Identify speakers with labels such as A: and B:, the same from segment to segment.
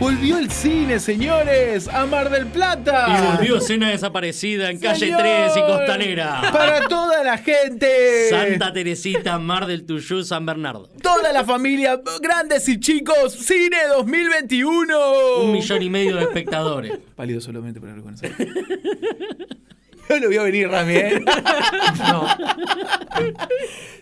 A: Volvió el cine, señores, a Mar del Plata.
B: Y volvió escena desaparecida en calle
A: Ah. Señor.
B: 3 y Costanera.
A: Para toda la gente.
B: Santa Teresita, Mar del Tuyú, San Bernardo.
A: Toda la familia, grandes y chicos, cine 2021.
B: Un millón y medio de espectadores.
A: Pálido solamente por reconocer. No lo vio venir, Rami, ¿eh? No.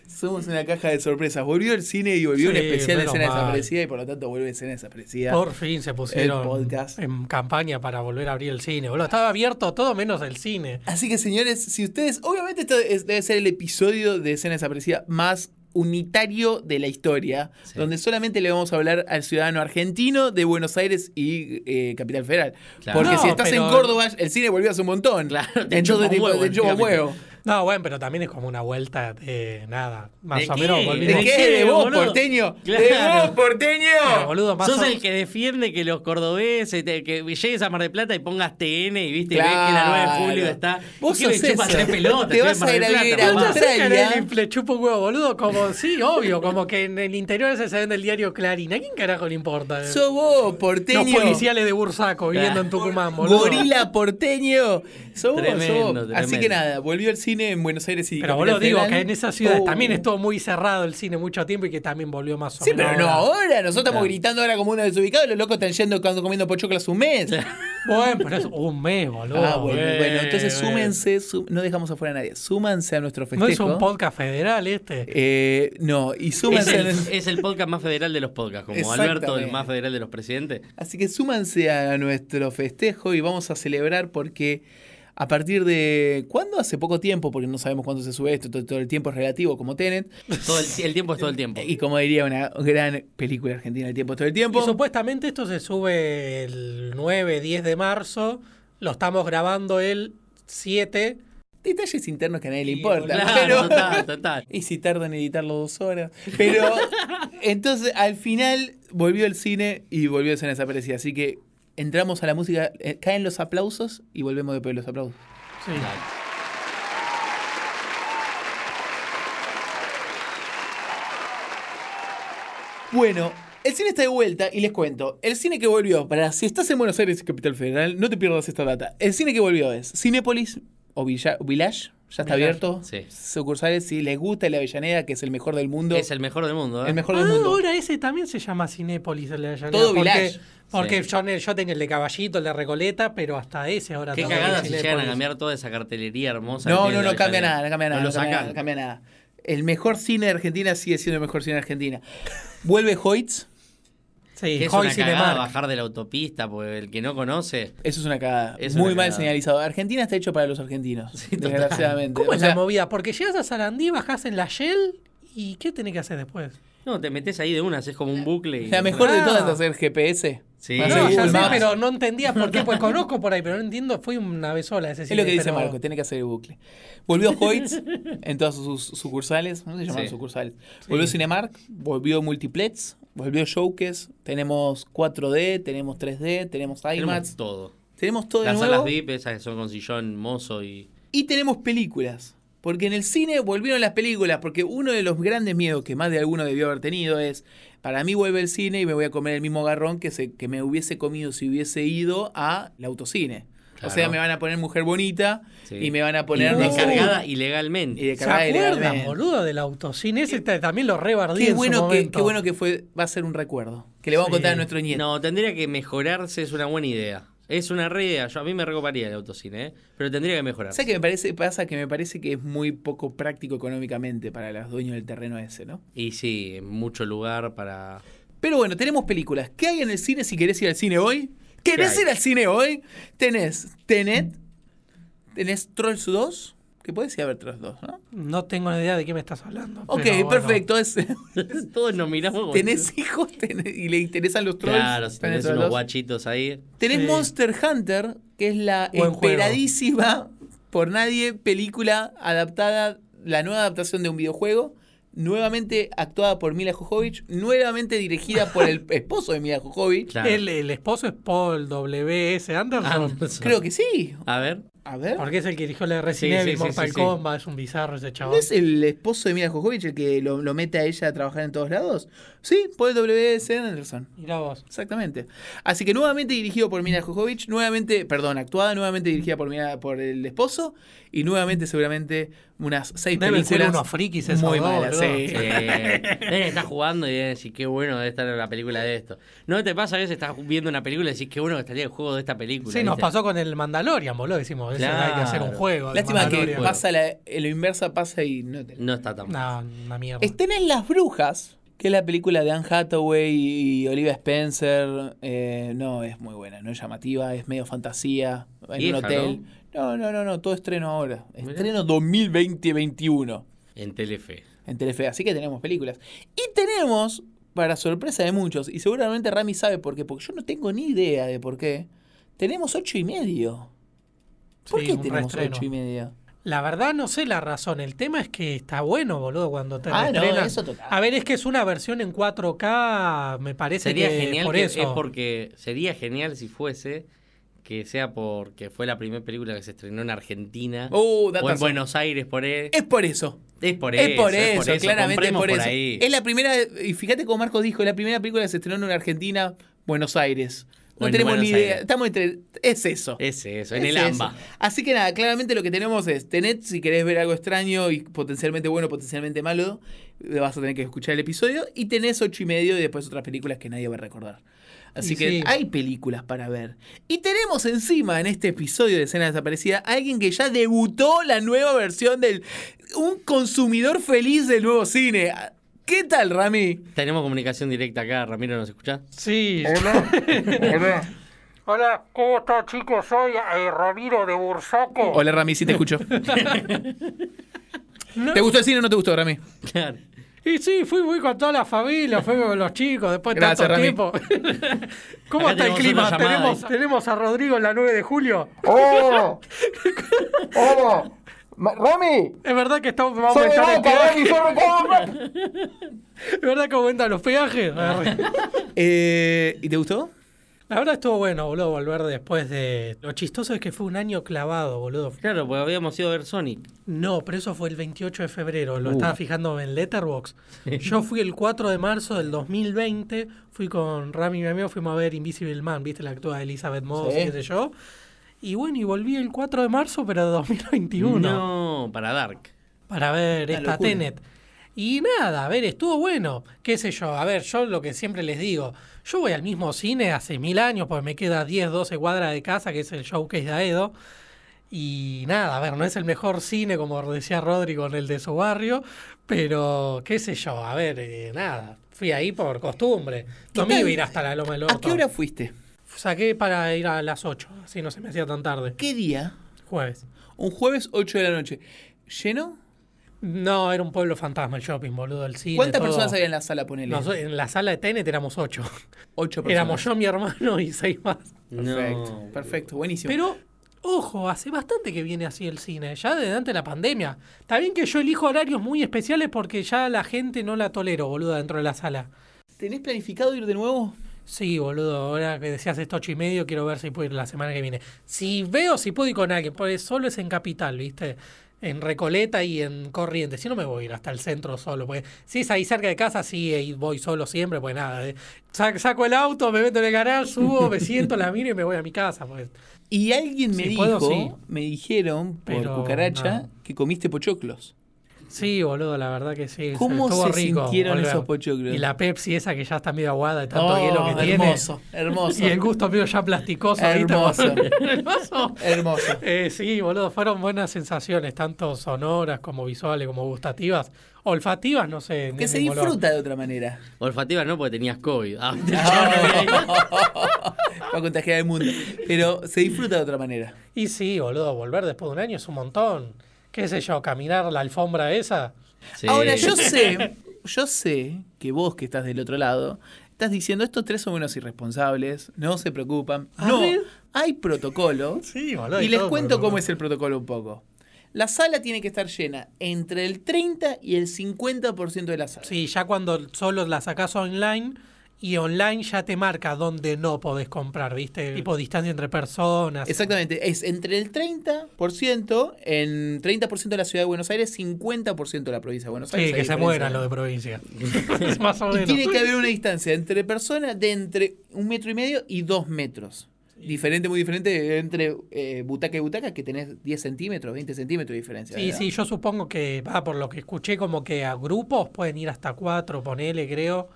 A: Somos una caja de sorpresas. Volvió el cine y volvió un
C: Sí,
A: especial de
C: menos
A: escena
C: mal.
A: desaparecida y por lo tanto vuelve escena desaparecida.
C: Por fin se
A: El
C: pusieron
A: podcast.
C: en campaña para volver a abrir el cine, boludo. Estaba abierto todo menos el cine.
A: Así que, señores, si ustedes. Obviamente, esto es- debe ser el episodio de escena desaparecida más unitario de la historia,
B: Sí.
A: donde solamente le vamos a hablar al ciudadano argentino de Buenos Aires y eh, Capital Federal.
B: Claro.
A: Porque si
C: No,
A: estás
C: pero-
A: en Córdoba, el cine volvió hace un montón.
B: Claro, te chupa
A: Entonces,
B: un
A: tipo,
B: huevo,
A: te chupa un
B: efectivamente.
A: huevo.
C: No, bueno, pero también es como una vuelta de nada. Más
B: ¿De
C: o
B: qué?
C: menos
A: ¿De
C: volvimos.
B: ¿De
A: qué?
B: qué,
A: ¿De vos,
B: boludo?
A: porteño?
B: Claro.
A: ¿De vos, porteño?
C: Pero, boludo, más
B: Sos
C: o-
B: el que defiende que los cordobeses, te- que llegues a Mar del Plata y pongas TN y viste
A: Claro.
B: ves que la 9 de julio está.
A: Vos
B: ¿Y qué le
A: sos
B: chupas
A: eso.
B: tres pelotas?
A: Te
B: si es
A: vas
B: Mar
A: a
B: del
A: ir a
B: Plata,
A: vivir a
B: papá.
C: Yo sé que
A: Australia.
C: le, le chupo un huevo, boludo, como sí, obvio, como que en el interior ese se vende el diario Clarín. ¿A quién carajo le importa?
A: Sos vos,
C: Los
A: porteño.
C: policiales de Bursaco viviendo en Tucumán, boludo.
A: Gorila porteño. Sos vos, sos vos.
B: Tremendo,
A: Así
B: tremendo.
A: que nada, volvió el cine en Buenos Aires y
C: Pero
A: Capital
C: boludo, digo
A: Federal.
C: que en esa ciudad
A: Oh.
C: también estuvo muy cerrado el cine mucho tiempo y que también volvió más o
A: Sí,
C: menos.
A: pero no
C: ahora.
A: ahora. Nosotros estamos gritando ahora como unos desubicados. Los locos están yendo cuando comiendo pochoclas un mes.
C: Bueno, pero es un mes, boludo.
A: Ah, bueno,
B: eh,
A: bueno, entonces
B: eh.
A: súmense, su- no dejamos afuera a nadie. Súmanse a nuestro
C: no
A: festejo.
C: es un podcast federal este.
A: Eh, no, y
B: Es
A: súmanse. a
B: el,
A: nuestro-
B: es el podcast más federal de los podcasts, como Alberto, el más federal de los presidentes.
A: Así que súmanse a nuestro festejo y vamos a celebrar porque a partir de. ¿Cuándo? Hace poco tiempo, porque no sabemos cuándo se sube esto, todo, todo el tiempo es relativo, como Tenet.
B: Todo el, el tiempo es todo el tiempo.
A: Y como diría una gran película argentina, el tiempo es todo el tiempo.
C: Y supuestamente esto se sube el 9, 10 de marzo. Lo estamos grabando el 7.
A: Detalles internos que a nadie le
C: Y,
A: importa.
B: Claro,
A: pero...
B: total, total.
A: Y si tardan en editarlo dos horas. Pero entonces al final volvió el cine y volvió a ser desaparecida. Así que entramos a la música, eh, caen los aplausos y volvemos después de los aplausos.
C: Sí.
A: Bueno, el cine está de vuelta y les cuento. El cine que volvió, para si estás en Buenos Aires, Capital Federal, no te pierdas esta data. El cine que volvió es Cinépolis o Villa- Village. Ya está
C: Village,
A: abierto.
B: sí.
A: Sucursales, si les gusta la Avellaneda, que es el mejor del mundo.
B: Es el mejor del mundo, ¿eh?
A: el mejor del
C: Ah,
A: mundo.
C: ahora ese también se llama Cinépolis el de Avellaneda,
A: Todo
C: porque-
A: Village.
C: Porque
B: Sí.
C: yo, en el- yo tengo el de Caballito, el de Recoleta, pero hasta ese ahora
B: Qué
C: tengo el
B: cagada si llegan a
C: Cinépolis.
B: cambiar toda esa cartelería hermosa.
A: No,
B: que
A: no,
B: tiene
A: no
B: la
A: cambia
B: Avellaneda.
A: nada, no cambia nada.
B: No lo
A: no cambia nada,
B: sacan.
A: no cambia nada. El mejor cine de Argentina sigue siendo el mejor cine de Argentina. Vuelve Hoyts,
C: Sí,
B: Que es
C: Hoy
B: una cagada
C: Cinemark.
B: bajar de la autopista, porque el que no conoce.
A: eso es una cagada.
B: Es
A: Muy
B: una
A: mal
B: cagada.
A: señalizado. Argentina está hecho para los argentinos,
B: total.
A: desgraciadamente.
C: ¿Cómo
A: O
C: es
A: sea,
C: la movida? Porque llegas a Sarandí, bajás en la Shell y ¿qué tenés que hacer después?
B: No, te metes ahí de unas, es como un bucle. y-
A: la mejor de
C: Ah.
A: todas es hacer GPS.
B: Sí.
A: Más
B: No,
C: No,
A: Ah, seguro,
C: ya sé,
A: más-
C: pero no entendía por qué. Pues conozco por ahí, pero no entiendo. Fui una vez sola ese
A: Es lo que dice
C: pero-
A: Marco, tiene que hacer el bucle. Volvió Hoyts en todas sus sucursales, no se llaman
B: Sí.
A: sucursales. Volvió Cinemark, volvió Multiplex, volvió Showcase, tenemos 4D, tenemos 3D, tenemos
B: Tenemos
A: IMAX,
B: todo.
A: tenemos todo de
B: Las
A: nuevo.
B: salas VIP, esas que son con sillón mozo y.
A: Y tenemos películas. Porque en el cine volvieron las películas. Porque uno de los grandes miedos que más de alguno debió haber tenido es: para mí vuelve el cine y me voy a comer el mismo garrón que, se, que me hubiese comido si hubiese ido al autocine. O
B: Claro.
A: sea, me van a poner mujer bonita
B: Sí.
A: y me van a
B: y
A: poner. no sé,
B: descargada ilegalmente.
A: y
C: ¿Se
A: descargada
C: acuerdan,
A: ilegalmente.
C: boludo, del autocine? Ese ta- también lo rebardí
A: Qué
C: en su
A: bueno, que,
C: momento.
A: qué bueno que fue. Va a ser un recuerdo. Que le vamos
C: Sí.
A: a contar a nuestro nieto.
B: No, tendría que mejorarse, es una buena idea. Es una re idea. Yo, a mí me recoparía el autocine, ¿eh? pero tendría que mejorarse.
A: ¿Sabes qué me parece? Pasa que me parece que es muy poco práctico económicamente para los dueños del terreno ese, ¿no?
B: Y sí, mucho lugar para.
A: Pero bueno, tenemos películas. ¿Qué hay en el cine si querés ir al cine hoy? ¿Querés
B: ¿Qué hay?
A: ir al cine hoy? Tenés Tenet, tenés Trolls 2, que podés ir a ver Trolls 2, ¿no?
C: No tengo ni idea de qué me estás hablando.
A: Ok,
C: pero bueno.
A: perfecto. es-
B: Todos nos miramos. como-
A: tenés hijos tenés- y le interesan los trolls.
B: Claro, si tenés
A: Trolls
B: unos
A: 2.
B: guachitos ahí.
A: Tenés
C: Sí.
A: Monster Hunter, que es la
C: Buen juego.
A: esperadísima por nadie película adaptada, la nueva adaptación de un videojuego, nuevamente actuada por Mila Jovovich, nuevamente dirigida por el esposo de Mila Jovovich.
B: Claro.
C: El, el esposo es Paul W.S. Anderson.
B: Anderson.
A: Creo que sí,
B: Ah, A ver.
A: A ver.
C: Porque es el que dirigió la
B: Ah. Sí, sí,
C: Resident Evil,
B: sí,
C: Mortal
B: sí, sí.
C: Kombat, es un bizarro ese
A: ¿No
C: chabón.
A: es el esposo de Mila Jojovic el que lo, lo mete a ella a trabajar en todos lados? Sí, Paul W.S. Anderson.
C: Mirá vos.
A: Exactamente. Así que nuevamente dirigido por Mila Jojovic, nuevamente, perdón, actuada, nuevamente dirigida por Mila- por el esposo y nuevamente seguramente unas seis
C: Deben ser
A: películas
C: unos frikis esos
A: muy
C: dos,
A: malas.
C: boludo.
A: sí.
B: Sí. Deben estar Eh, jugando y deben decir, qué bueno debe estar en la película de esto. ¿No te pasa a veces estás viendo una película y decís, qué bueno que estaría el juego de esta película?
C: Sí, nos
B: ¿viste?
C: pasó con el Mandalorian, boludo. Decimos, ese
B: Claro.
C: hay que hacer un juego. del
A: Lástima que
C: Mandalorian.
B: Bueno.
A: pasa la, lo inversa pasa y no te-
B: No está tan mal.
C: No, una mierda.
A: Estén en Las Brujas, que es la película de Anne Hathaway y Olivia Spencer. Eh, no, es muy buena, no es llamativa, es medio fantasía, en
B: Vieja,
A: un hotel. ¿no? no, no, no, todo estreno ahora.
B: Mirá.
A: Estreno 2020-21
B: En Telefe.
A: en Telefe, así que tenemos películas. Y tenemos, para sorpresa de muchos, y seguramente Rami sabe por qué, porque yo no tengo ni idea de por qué, tenemos ocho y medio. ¿Por
C: Sí,
A: qué
C: un
A: tenemos
C: reestreno.
A: ocho y medio?
C: La verdad no sé la razón. El tema es que está bueno, boludo, cuando te
A: Ah, no,
C: reestrenan.
A: eso total.
C: A ver, es que es una versión en 4K, me parece
B: Sería
C: que
B: genial
C: por
B: que- eh,
C: eso.
B: es porque sería genial si fuese que sea porque fue la primera película que se estrenó en Argentina
A: Uh,
B: o en
A: datazo.
B: Buenos Aires por él.
A: Es por eso.
B: Es por
A: Es
B: eso,
A: por eso, claramente es
B: compremos
A: por eso.
B: ahí.
A: Es la primera, y fíjate como Marcos dijo, es la primera película que se estrenó en Argentina, Buenos Aires. No
B: Bueno,
A: tenemos
B: Buenos
A: ni idea,
B: Aires.
A: estamos entre... Es eso.
B: Es eso, en
A: Es
B: el
A: eso.
B: AMBA.
A: Así que nada, claramente lo que tenemos es, tened si querés ver algo extraño y potencialmente bueno, potencialmente malo, eh, vas a tener que escuchar el episodio y tenés ocho y medio y después otras películas que nadie va a recordar. Así
C: Y
A: que
C: sí.
A: hay películas para ver. Y tenemos encima en este episodio de Escena Desaparecida a alguien que ya debutó la nueva versión del... Un consumidor feliz del nuevo cine. ¿Qué tal, Rami?
B: Tenemos comunicación directa acá, Ramiro, ¿nos escuchás?
C: Sí.
D: Hola, ¿cómo están chicos? Soy eh, Ramiro de Bursaco.
A: Hola, Rami, sí te escucho.
C: No,
A: ¿Te gustó el cine o no te gustó, Rami?
B: Claro.
C: Y sí, fui, fui con toda la familia, fui con los chicos, después de
A: Gracias,
C: tanto
A: Rami.
C: tiempo. ¿Cómo
B: Acá
C: está el
B: tenemos
C: clima?
B: una llamada,
C: ¿Tenemos,
B: dice.
C: tenemos a Rodrigo en la 9 de julio.
D: ¡Oh! ¡Hola! Ma- ¡Rami!
C: Es verdad que estamos, va a
D: ¡Soy de
C: aumentar el
D: Boca,
C: peaje.
D: Rami! ¡Soy de Boca!
C: Es verdad que aumentan los peajes.
A: Eh, ¿Y te gustó?
C: La verdad estuvo bueno, boludo, volver después de... Lo chistoso es que fue un año clavado, boludo.
B: Claro, porque habíamos ido a ver Sonic.
C: No, pero eso fue el 28 de febrero. Lo estaba fijando en Letterbox. Yo fui el 4 de marzo del 2020. Fui con Rami y mi amigo. Fuimos a ver Invisible Man, ¿viste? La actúa de Elizabeth Moss,
A: Sí.
C: qué sé yo. Y bueno, y volví el 4 de marzo, pero de 2021.
B: No, para Dark.
C: Para ver
A: Una
C: esta
A: locura.
C: Tenet. Y nada, a ver, estuvo bueno. ¿Qué sé yo? A ver, yo lo que siempre les digo. Yo voy al mismo cine hace mil años, porque me queda 10, 12 cuadras de casa, que es el showcase de Aedo. Y nada, a ver, no es el mejor cine, como decía Rodrigo, en el de su barrio, pero qué sé yo, a ver, eh, nada, fui ahí por costumbre. No me
A: tal?
C: iba a ir hasta la Loma del Orto.
A: ¿A qué hora fuiste?
C: Saqué para ir a las 8, así no se me hacía tan tarde,
A: ¿Qué día?
C: jueves.
A: Un jueves 8 de la noche. ¿Lleno?
C: No, era un pueblo fantasma el shopping, boludo, el cine.
A: ¿Cuántas
C: todo.
A: personas había en la sala, ponele?
C: Nos- en la sala de Tenet éramos ocho.
A: Ocho personas.
C: Éramos yo, mi hermano y seis más.
A: Perfecto,
B: No.
A: perfecto, buenísimo.
C: Pero, ojo, hace bastante que viene así el cine, ya desde antes de la pandemia. Está bien que yo elijo horarios muy especiales porque ya la gente no la tolero, boludo, dentro de la sala.
A: ¿Tenés planificado ir de nuevo?
C: Sí, boludo, ahora que decías esto ocho y medio, quiero ver si puedo ir la semana que viene. Si veo si puedo ir con alguien, porque solo es en Capital, ¿viste? En Recoleta y en Corrientes. Si no me voy a ir hasta el centro solo, porque si es ahí cerca de casa, sí, ahí voy solo siempre, pues nada. eh. Sa- saco el auto, me meto en el garage, subo, me siento, la miro y me voy a mi casa. Pues.
A: Y alguien me
C: Si
A: dijo,
C: puedo, sí.
A: me dijeron por
C: Pero,
A: cucaracha
C: no.
A: que comiste pochoclos.
C: Sí, boludo, la verdad que sí.
A: ¿Cómo
C: estuvo
A: se
C: rico
A: sintieron
C: volver.
A: esos pochoclos?
C: Y la Pepsi esa que ya está medio aguada de tanto
A: Oh,
C: hielo que tiene.
A: hermoso, hermoso.
C: Y el gusto mío ya plasticoso. ¿viste?
A: hermoso,
C: El vaso.
A: hermoso.
C: Eh, sí, boludo, fueron buenas sensaciones, tanto sonoras como visuales, como gustativas. Olfativas, no sé. ni
A: Que se
C: el olor.
A: disfruta de otra manera.
B: Olfativa no, porque tenías COVID. Ah,
A: Va a contagiar al mundo. Pero se disfruta de otra manera.
C: Y sí, boludo, volver después de un año es un montón. ¿Qué sé yo? Caminar la alfombra esa.
B: sí.
A: Ahora, yo sé, yo sé que vos que estás del otro lado, estás diciendo estos tres son unos irresponsables, no se preocupan.
C: A
A: No,
C: ver.
A: hay protocolo.
C: Sí, boludo,
A: Y
C: y
A: les
C: todo
A: cuento
C: protocolo.
A: cómo es el protocolo un poco. La sala tiene que estar llena entre el 30 y el 50% de la sala.
C: Sí, ya cuando solo la sacás online y online ya te marca dónde no podés comprar, ¿viste? Tipo distancia entre personas.
A: Exactamente, es entre el 30%, en 30% de la ciudad de Buenos Aires, 50% de la provincia de Buenos
C: Sí,
A: Aires.
C: que
A: Hay
C: se
A: diferencia.
C: mueran los de provincia. es más o
A: Y
C: menos.
A: tiene que haber una distancia entre personas de entre un metro y medio y dos metros. Diferente, muy diferente entre eh, butaca y butaca, que tenés 10 centímetros, 20 centímetros de diferencia.
C: Sí,
A: ¿verdad?
C: sí, yo supongo que, va, por lo que escuché, como que a grupos pueden ir hasta cuatro, ponele, creo.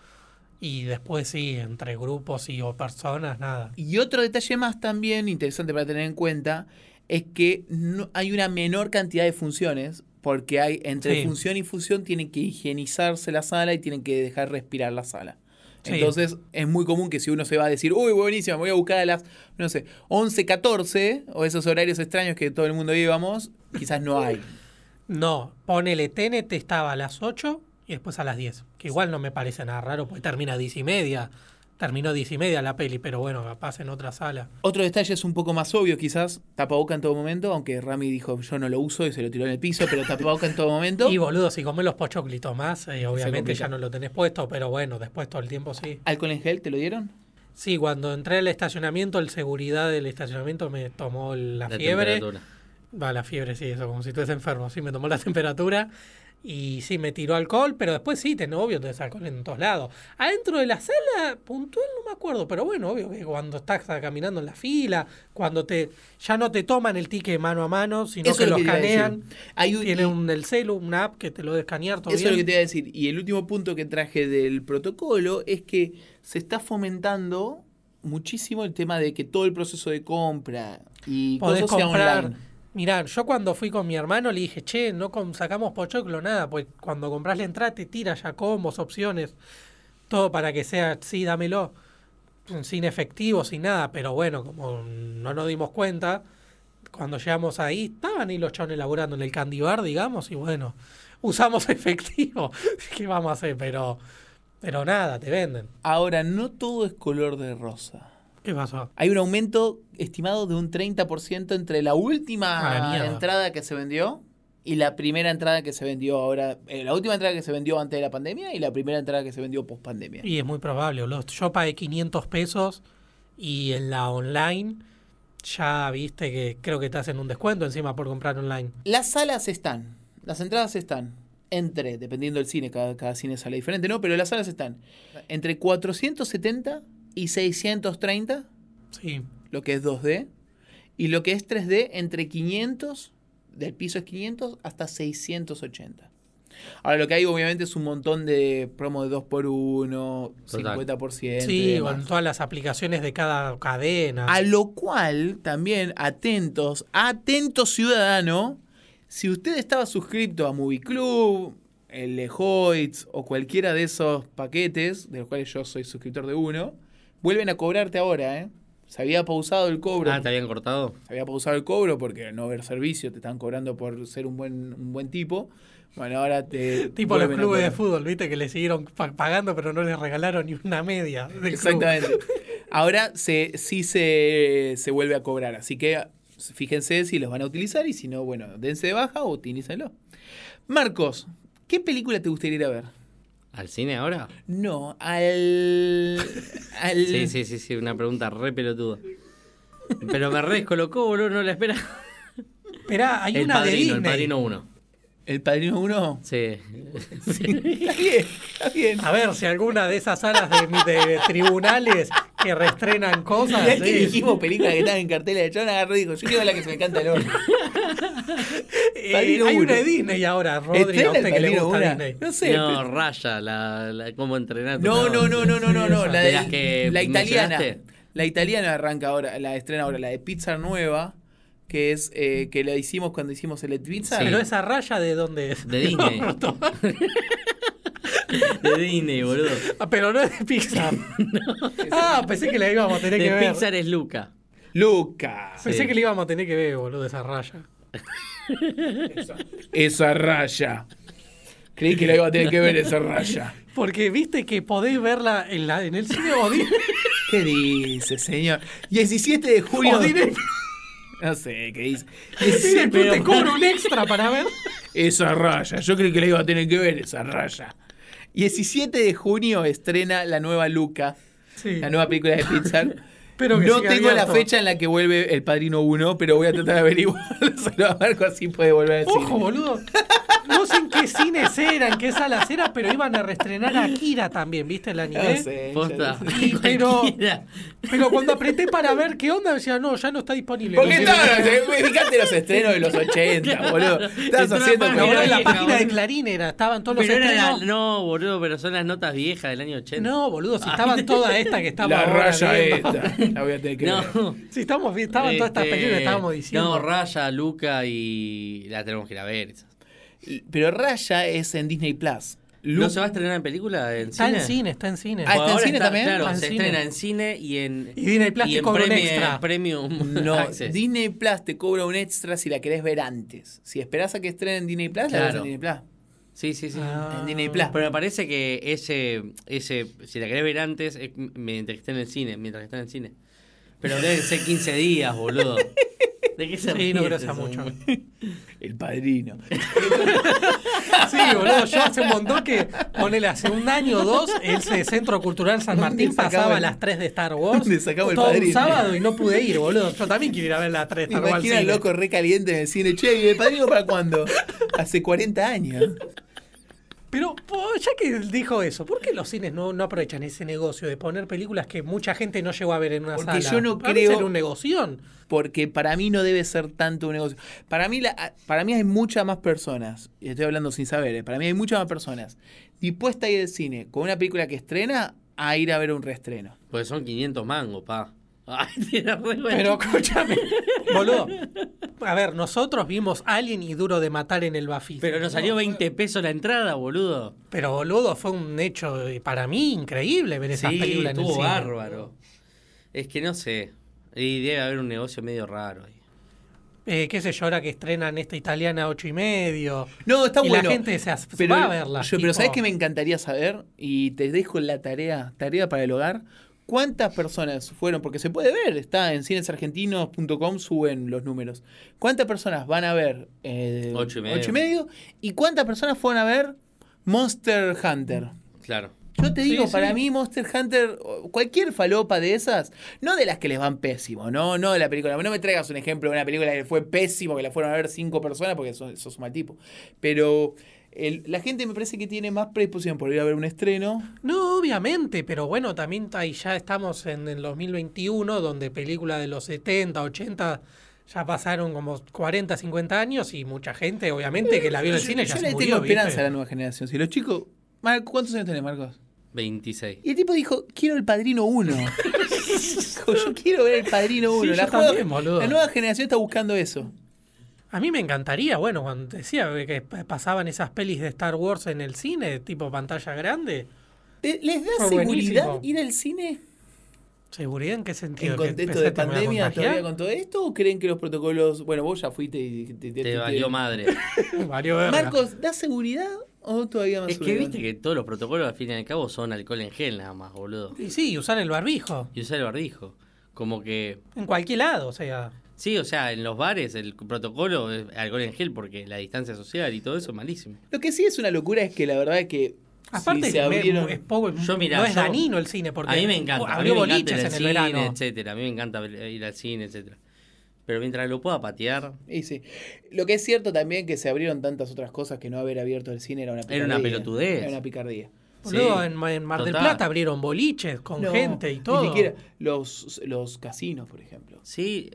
C: Y después sí, entre grupos y o personas, nada.
A: Y otro detalle más también interesante para tener en cuenta es que no- hay una menor cantidad de funciones, porque hay entre
C: Sí.
A: función y función tienen que higienizarse la sala y tienen que dejar respirar la sala.
C: Sí.
A: Entonces es muy común que si uno se va a decir, uy, buenísimo, me voy a buscar a las, no sé, 11, 14, o esos horarios extraños que todo el mundo íbamos, quizás no hay.
C: No, ponele TNT estaba a las 8 y después a las 10. Que igual no me parece nada raro, porque termina 10 y media. Terminó 10 y media la peli, pero bueno, capaz en otra sala.
A: Otro detalle es un poco más obvio, quizás, tapaboca en todo momento, aunque Rami dijo, yo no lo uso y se lo tiró en el piso, pero tapaboca en todo momento.
C: Y boludo, si comés los pochoclitos más, eh, obviamente
A: complica.
C: ya no lo tenés puesto, pero bueno, después todo el tiempo sí.
A: ¿Alcohol en gel te lo dieron?
C: Sí, cuando entré al estacionamiento, el seguridad del estacionamiento me tomó la, fiebre.
B: temperatura.
C: Va, la fiebre, sí, eso, como si estuviese enfermo. Sí, me tomó la temperatura y sí, me tiró alcohol, pero después sí, ten, obvio, tenés alcohol en todos lados. Adentro de la sala, puntual, no me acuerdo, pero bueno, obvio que cuando estás caminando en la fila, cuando te ya no te toman el ticket mano a mano, sino
A: Eso
C: que
A: es
C: lo
A: lo que te iba a
C: escanean.
A: decir. Hay un-
C: Tiene
A: y-
C: un, el celu, una app que te lo debe escanear todo
A: Eso es lo que
C: bien.
A: te iba a decir. Y el último punto que traje del protocolo es que se está fomentando muchísimo el tema de que todo el proceso de compra y
C: podés
A: cosas sea
C: comprar.
A: online.
C: Mirá, yo cuando fui con mi hermano le dije, che, no com- sacamos pochoclo, nada, pues cuando compras la entrada te tira ya combos, opciones, todo para que sea, sí, dámelo, sin efectivo, sin nada, pero bueno, como no nos dimos cuenta, cuando llegamos ahí estaban ahí los chones laburando en el candy bar, digamos, y bueno, usamos efectivo, ¿qué vamos a hacer? Pero, pero nada, te venden.
A: Ahora, no todo es color de rosa.
C: ¿Qué pasó?
A: Hay un aumento estimado de un 30% entre la
C: Ah, la
A: última
C: mierda.
A: entrada que se vendió y la primera entrada que se vendió ahora. eh, la última entrada que se vendió antes de la pandemia y la primera entrada que se vendió post pandemia.
C: Y es muy probable, boludo. Yo pagué 500 pesos y en la online ya viste que creo que te hacen un descuento encima por comprar online.
A: Las salas están, las entradas están entre, dependiendo del cine, cada, cada cine sale diferente, ¿no? Pero las salas están entre 470 y 630,
C: Sí.
A: lo que es 2D, y lo que es 3D entre 500, del piso es 500 hasta 680. Ahora lo que hay obviamente es un montón de promo de 2x1,
B: Total.
A: 50%. y
C: Sí,
A: demás.
C: con todas las aplicaciones de cada cadena.
A: A lo cual, también, atentos, atento ciudadano, si usted estaba suscrito a Movie Club, el Lejoitz o cualquiera de esos paquetes, de los cuales yo soy suscriptor de uno, vuelven a cobrarte ahora, ¿eh? Se había pausado el cobro.
B: Ah, ¿te habían cortado?
A: Se había pausado el cobro porque no haber servicio, te están cobrando por ser un buen, un buen tipo. Bueno, ahora te.
C: Tipo los
A: vuelven a
C: clubes de
A: cobrar.
C: fútbol, viste, que le siguieron pa- pagando pero no les regalaron ni una media. del club.
A: Exactamente. Ahora se, sí se, se vuelve a cobrar. Así que fíjense si los van a utilizar y si no, bueno, dense de baja o utilícenlo. Marcos, ¿qué película te gustaría ir a ver?
B: ¿Al cine ahora?
A: No, al. al-
B: Sí, sí, sí, sí, una pregunta re pelotuda. Pero me re descolocó, boludo, no la espera.
C: Esperá, hay
B: el
C: una de
B: padrino,
C: Disney.
B: el padrino 1.
A: ¿El Padrino 1?
B: Sí.
A: Está bien, está bien.
C: A ver si alguna de esas salas de, de tribunales que reestrenan cosas.
A: Ya que
C: sí.
A: dijimos películas que estaban en cartela de John, agarró y dijo: Yo quiero la que se me canta el orto.
C: Eh,
A: Padrino
C: hay una
A: uno.
C: de Disney ahora, Rodri, a
A: ¿Estrena
C: usted que le
A: Padrino
C: gusta
A: una?
C: Disney.
A: No sé.
B: no, Raya, la, la- cómo entrenar. a tu
A: No, no,
B: dragón.
A: no, no, no, no, no.
C: esa.
A: La,
B: ¿De
A: de,
B: las que
A: la italiana.
B: mencionaste?
A: La italiana arranca ahora, la estrena ahora, la de Pizza Nueva, que es eh, que la hicimos cuando hicimos el Et Pizza.
B: Sí.
C: Pero esa raya de dónde es?
B: De Disney. De Disney, boludo.
C: Ah, Pero no es de Pixar. Ah, pensé que la íbamos a tener que
B: De
C: ver.
B: Pixar es Luca.
A: Luca.
C: Pensé
B: Sí.
C: que la íbamos a tener que ver, boludo, esa raya.
A: Esa raya. Creí que la iba a tener que ver esa raya.
C: Porque viste que podés verla en, la, en el cine o Disney.
A: ¿Qué dice, señor? 17 de
C: o
A: julio.
C: Disney-
A: No sé, ¿qué dice?
C: Disney
A: 17
C: Plus
A: de
C: te cobra un extra para ver.
A: Esa raya. Yo creí que la iba a tener que ver esa raya. 17 de junio estrena la nueva Luca,
C: Sí.
A: la nueva película de Pixar.
C: Pero que
A: no
C: siga
A: tengo la
C: abierto.
A: fecha en la que vuelve El Padrino 1, pero voy a tratar de averiguarlo. Se lo marco así puede volver al
C: Ojo,
A: cine.
C: boludo. No sé en qué cines era, en qué salas era, pero iban a reestrenar a Akira también, ¿viste el anime?
A: No sé, ya
B: Posta.
A: no sé.
C: Y, pero-
B: Cualquiera.
C: Pero cuando apreté para ver qué onda, decía, no, ya no está disponible.
A: ¿Por qué
C: No sé.
A: no? Fíjate los estrenos de los 80, boludo. Estás
B: Entró
A: haciendo
B: la página
C: Pero
A: programa-
C: en la
B: vieja,
C: página de
B: boludo.
C: Clarín era, estaban todos los
B: Pero era la-
C: estrenos.
B: no, boludo, pero son las notas viejas del año 80.
C: No, boludo, si estaban todas estas que estaban
A: La
C: ahora
A: raya
C: viendo.
A: esta. La voy a tener que ver.
B: No.
C: Si estamos, vi- estaban todas estas
B: Este,
C: películas que estábamos diciendo.
B: No, Raya, Luca y la tenemos que ir a ver. esa.
A: Pero Raya es en Disney Plus. Lu-
B: ¿No se va a estrenar en película? ¿En
C: está
B: cine?
C: en cine, está en cine.
A: Ah,
B: Porque
A: ¿está en
B: ahora
A: cine también?
B: Claro,
C: Está en
B: se
C: cine.
B: estrena en cine y en.
C: Y Disney Plus te
B: en
C: cobra un
B: Premium-
C: extra.
B: Premium
A: No,
B: Access.
A: Disney Plus te cobra un extra si la querés ver antes. Si esperás a que estrenen Disney Plus, la ves
B: Claro.
A: en Disney Plus.
B: Sí, sí, sí.
C: Ah.
A: En Disney Plus.
B: Pero me parece que ese, ese si la querés ver antes, es mientras que está en el cine, mientras que está en el cine. Pero deben ser 15 días, boludo. ¿De qué se
C: Sí, no
B: ríen?
C: grosa mucho.
A: El padrino.
C: Sí, boludo, yo hace un montón que, ponele, hace un año o dos, ese centro cultural San
A: ¿Dónde
C: Martín
A: sacaba
C: pasaba
A: el-
C: las 3 de Star Wars.
A: ¿Dónde sacaba el
C: todo un
A: Padrino?
C: sábado y no pude ir, boludo. Yo también quiero ir a ver las 3 de
A: Me
C: Star Wars. al
A: imagino al
C: cine.
A: loco re caliente en el cine. Che, ¿y el padrino para cuándo? Hace 40 años.
C: Pero po, ya que él dijo eso, ¿por qué los cines no, no aprovechan ese negocio de poner películas que mucha gente no llegó a ver en una
A: Porque
C: sala?
A: yo no
C: Para mí
A: creo-
C: ser un negoción.
A: Porque para mí no debe ser tanto un negocio. Para mí, la- para mí hay muchas más personas, y estoy hablando sin saber, ¿eh? para mí hay muchas más personas dispuestas a ir al cine con una película que estrena a ir a ver un reestreno.
B: Pues son 500 mangos, pa. Ay, tiene re buena-
C: Pero escúchame, boludo. A ver, nosotros vimos Alien y Duro de Matar en el Bafis.
B: Pero nos salió 20 pesos la entrada, boludo.
C: Pero boludo, fue un hecho eh, para mí increíble ver esas
B: Sí,
C: películas en el
B: estuvo
C: cine.
B: bárbaro. Es que no sé. Y debe haber un negocio medio raro ahí.
C: Eh, qué sé yo, ahora que estrenan esta italiana ocho y medio.
A: No, está
C: y
A: bueno.
C: la gente se as-
A: Pero,
C: va a verla.
A: yo- pero
C: tipo,
A: ¿sabes qué me encantaría saber? Y te dejo la tarea, tarea para el hogar. ¿Cuántas personas fueron? Porque se puede ver, está en cinesargentinos.com, suben los números. ¿Cuántas personas van a ver eh,
B: Ocho y medio.
A: Ocho y medio? ¿Y cuántas personas fueron a ver Monster Hunter?
B: Claro.
A: Yo te
C: Sí,
A: digo,
C: sí.
A: para mí Monster Hunter, o cualquier falopa de esas, no de las que les van pésimo, no, no de la película. No me traigas un ejemplo de una película que fue pésimo, que la fueron a ver cinco personas, porque sos, sos un mal tipo. Pero el- la gente me parece que tiene más predisposición por ir a ver un estreno.
C: No, obviamente, pero bueno, también ahí ya estamos en el 2021, donde películas de los 70, 80 ya pasaron como 40, 50 años y mucha gente, obviamente, que la vio en el
A: Yo-
C: cine
A: yo
C: ya
A: le
C: se
A: tengo
C: murió,
A: esperanza
C: ¿viste?
A: a la nueva generación. Si los chicos. Mar- ¿Cuántos años tenés, Marcos?
B: 26.
A: Y el tipo dijo, quiero el Padrino 1. Dijo, yo quiero ver el Padrino
C: Sí,
A: 1.
C: yo
A: la,
C: también,
A: nueva-
C: boludo.
A: la nueva generación está buscando eso.
C: A mí me encantaría, bueno, cuando decía que p- pasaban esas pelis de Star Wars en el cine, tipo pantalla grande,
A: ¿Te- ¿Les da
C: Fue
A: seguridad
C: buenísimo.
A: ir al cine?
C: ¿seguridad en qué sentido?
A: en
C: ¿Que
A: contexto
C: pensé
A: de
C: que me iba a
A: pandemia
C: contagiar?
A: todavía con todo esto o creen que los protocolos bueno vos ya fuiste y te, te- te-
B: Te valió madre.
C: Valió verga.
A: Marcos ¿da seguridad o todavía más
B: Es que viste que todos los protocolos al fin y al cabo son alcohol en gel nada más, boludo.
C: Y sí, usar el barbijo.
B: Y usar el barbijo. Como que.
C: En cualquier lado, o sea.
B: Sí, o sea, en los bares el protocolo es alcohol en gel porque la distancia social y todo eso es malísimo.
A: lo que sí es una locura es que la verdad es que
C: Aparte,
A: si
C: que
A: se
C: me-
A: abrieron
C: es poco,
B: Yo, mirá,
C: no es
B: yo-
C: danino el cine, porque
B: a mí me encanta.
C: abrió
B: a mí me encanta
C: boliches
B: ir al
C: en el
B: cine,
C: verano.
B: etcétera. A mí me encanta ir al cine, etcétera. Pero mientras lo pueda patear,
A: y sí. lo que es cierto también que se abrieron tantas otras cosas que no haber abierto el cine era una picardía
B: Era una pelotudez.
A: era una picardía
C: Boludo,
B: Sí,
C: en, en Mar del
B: total.
C: Plata abrieron boliches con
A: No,
C: gente y todo.
A: ni siquiera los, los casinos por ejemplo
B: sí.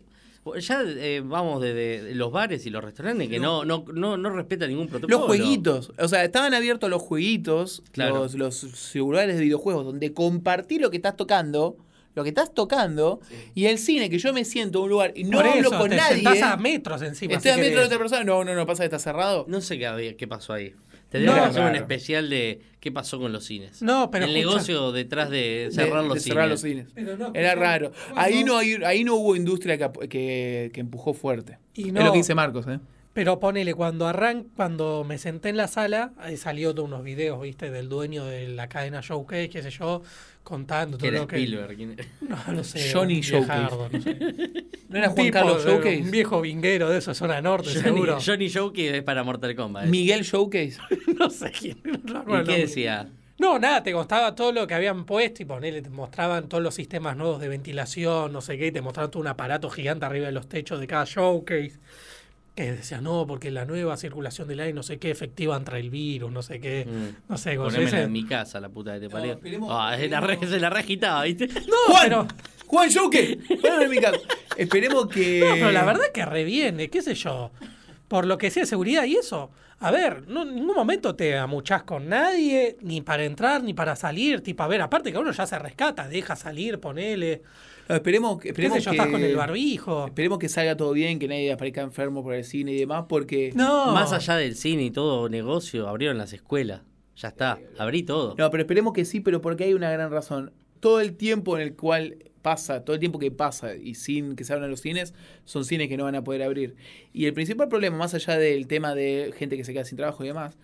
B: Ya eh, vamos desde los bares y los restaurantes que no, no, no, no respetan ningún protocolo.
A: Los jueguitos, o sea, estaban abiertos los jueguitos,
B: Claro.
A: los, los celulares de videojuegos, donde compartí lo que estás tocando, lo que estás tocando, y el cine, que yo me siento en un lugar y no
C: Por
A: hablo
C: eso,
A: con
C: te
A: nadie. eh.
C: sentás a metros encima.
A: Estoy a
C: si
A: metro de
C: querés.
A: otra persona. No, no, no, pasa que está cerrado.
B: No sé qué, había- qué pasó ahí. Tendríamos
A: No,
B: que hacer un
A: raro.
B: especial de qué pasó con los cines.
C: No, pero
B: El
C: escucha-
B: negocio detrás de cerrar,
A: De-
B: los,
A: de
B: cines.
A: cerrar los cines.
C: Pero no,
A: Era
C: escuchá,
A: raro. Ahí no, hay- ahí no hubo industria que, ap- que- que empujó fuerte.
C: Y
A: Es
C: no.
A: lo que dice Marcos, ¿eh?
C: Pero ponele, cuando arran, cuando me senté en la sala, ahí salió de unos videos, viste, del dueño de la cadena Showcase, qué sé yo, contando
B: Que
C: todo
B: era
C: lo que.
B: Spielberg. ¿quién era?
C: No, no sé.
A: Johnny
C: un
A: Showcase.
C: viejardo, no sé.
A: ¿No era
C: Un
A: Juan
C: tipo
A: Carlos
C: de-
A: Showcase?
C: Un viejo vinguero de eso, zona norte,
B: Johnny,
C: Pues seguro.
B: Johnny Joe que es para Mortal Kombat. ¿eh?
A: Miguel Showcase.
C: no sé quién. no me
B: ¿Y
C: acuerdo el
B: qué
C: nombre.
B: decía?
C: No, nada, te constaba todo lo que habían puesto y ponele, te mostraban todos los sistemas nuevos de ventilación, no sé qué, y te mostraban todo un aparato gigante arriba de los techos de cada showcase. Que decían, no, porque la nueva circulación del aire, no sé qué, efectiva contra el virus, no sé qué,
B: Mm.
C: no sé, cosas
B: Ponémela
C: esas.
B: en mi casa, la puta que te parió.
A: esperemos-
B: Ah, se la re-
A: esperemos-
B: se la regitaba, ¿viste?
C: No, pero,
A: Juan Showcase, ponelo en mi casa. Esperemos que.
C: no, pero la
B: Eh.
C: verdad es que reviene, qué sé yo. Por lo que sea seguridad y eso. A ver, no, en ningún momento te amuchás con nadie, ni para entrar, ni para salir, tipo, a ver, aparte que uno ya se rescata, deja salir, ponele.
A: No, esperemos,
C: ¿Qué
A: esperemos
C: sé yo?
A: que.
C: Estás con el barbijo.
A: Esperemos que salga todo bien, que nadie aparezca enfermo por el cine y demás, porque.
C: No.
B: Más allá del cine y todo negocio, abrieron las escuelas. Ya está, abrí todo.
A: No, pero esperemos que sí, pero porque hay una gran razón. Todo el tiempo en el cual pasa, todo el tiempo que pasa y sin que se abran los cines, son cines que no van a poder abrir. Y el principal problema, más allá del tema de gente que se queda sin trabajo y demás,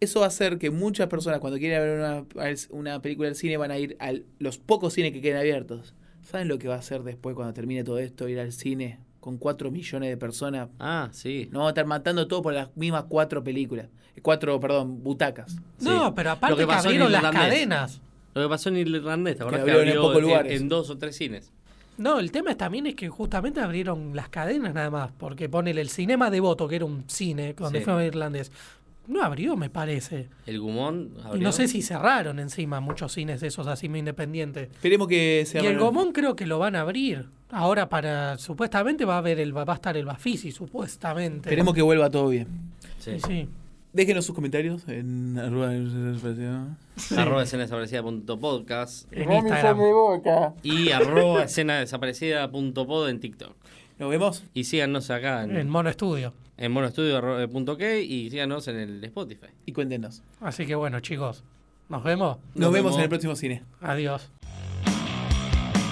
A: eso va a hacer que muchas personas cuando quieren ver una, al- una película del cine van a ir a los pocos cines que queden abiertos. ¿Saben lo que va a hacer después cuando termine todo esto? Ir al cine con 4 millones de personas.
B: Ah, sí.
A: No van a estar matando todo por las mismas cuatro películas. Eh, Cuatro, perdón, butacas.
C: No,
B: Sí. Lo
C: pero aparte
B: que
C: que,
B: pasó en
C: abrieron las
B: Irlandés.
C: cadenas.
B: Lo que pasó en el irlandés, ¿te acordás
A: Que
B: que
A: abrieron en
B: abrió
A: pocos
B: en-
A: lugares.
B: en dos o tres cines?
C: No, el tema es también es que justamente abrieron las cadenas nada más, porque ponele el cinema de Voto, que era un cine donde
B: Sí.
C: fue a irlandés. No abrió, me parece.
B: El Gumón
C: Y
B: abrió.
C: no sé si cerraron encima muchos cines de esos así muy independientes.
A: Esperemos que se
C: Y el
A: abran-
C: Gomón creo que lo van a abrir. Ahora para, supuestamente va a haber el, va a estar el Bafisi, supuestamente.
A: Esperemos que vuelva todo bien.
B: Sí.
C: Sí, sí.
A: Déjenos sus comentarios en arroba
B: Arroba escena desaparecida punto podcast
C: En Instagram.
B: y arroba escena desaparecida punto pod en TikTok.
A: Nos vemos.
B: Y síganos acá
C: En
B: en,
C: Mono Estudio.
B: en monoestudio.k y síganos en el Spotify.
A: Y cuéntenos. Nos,
C: Así que bueno, chicos. Nos vemos.
A: vemos
B: Nos vemos.
A: en el próximo cine.
C: Adiós.
E: If we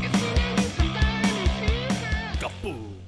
E: needed some diamonds, here's
F: Kaboom!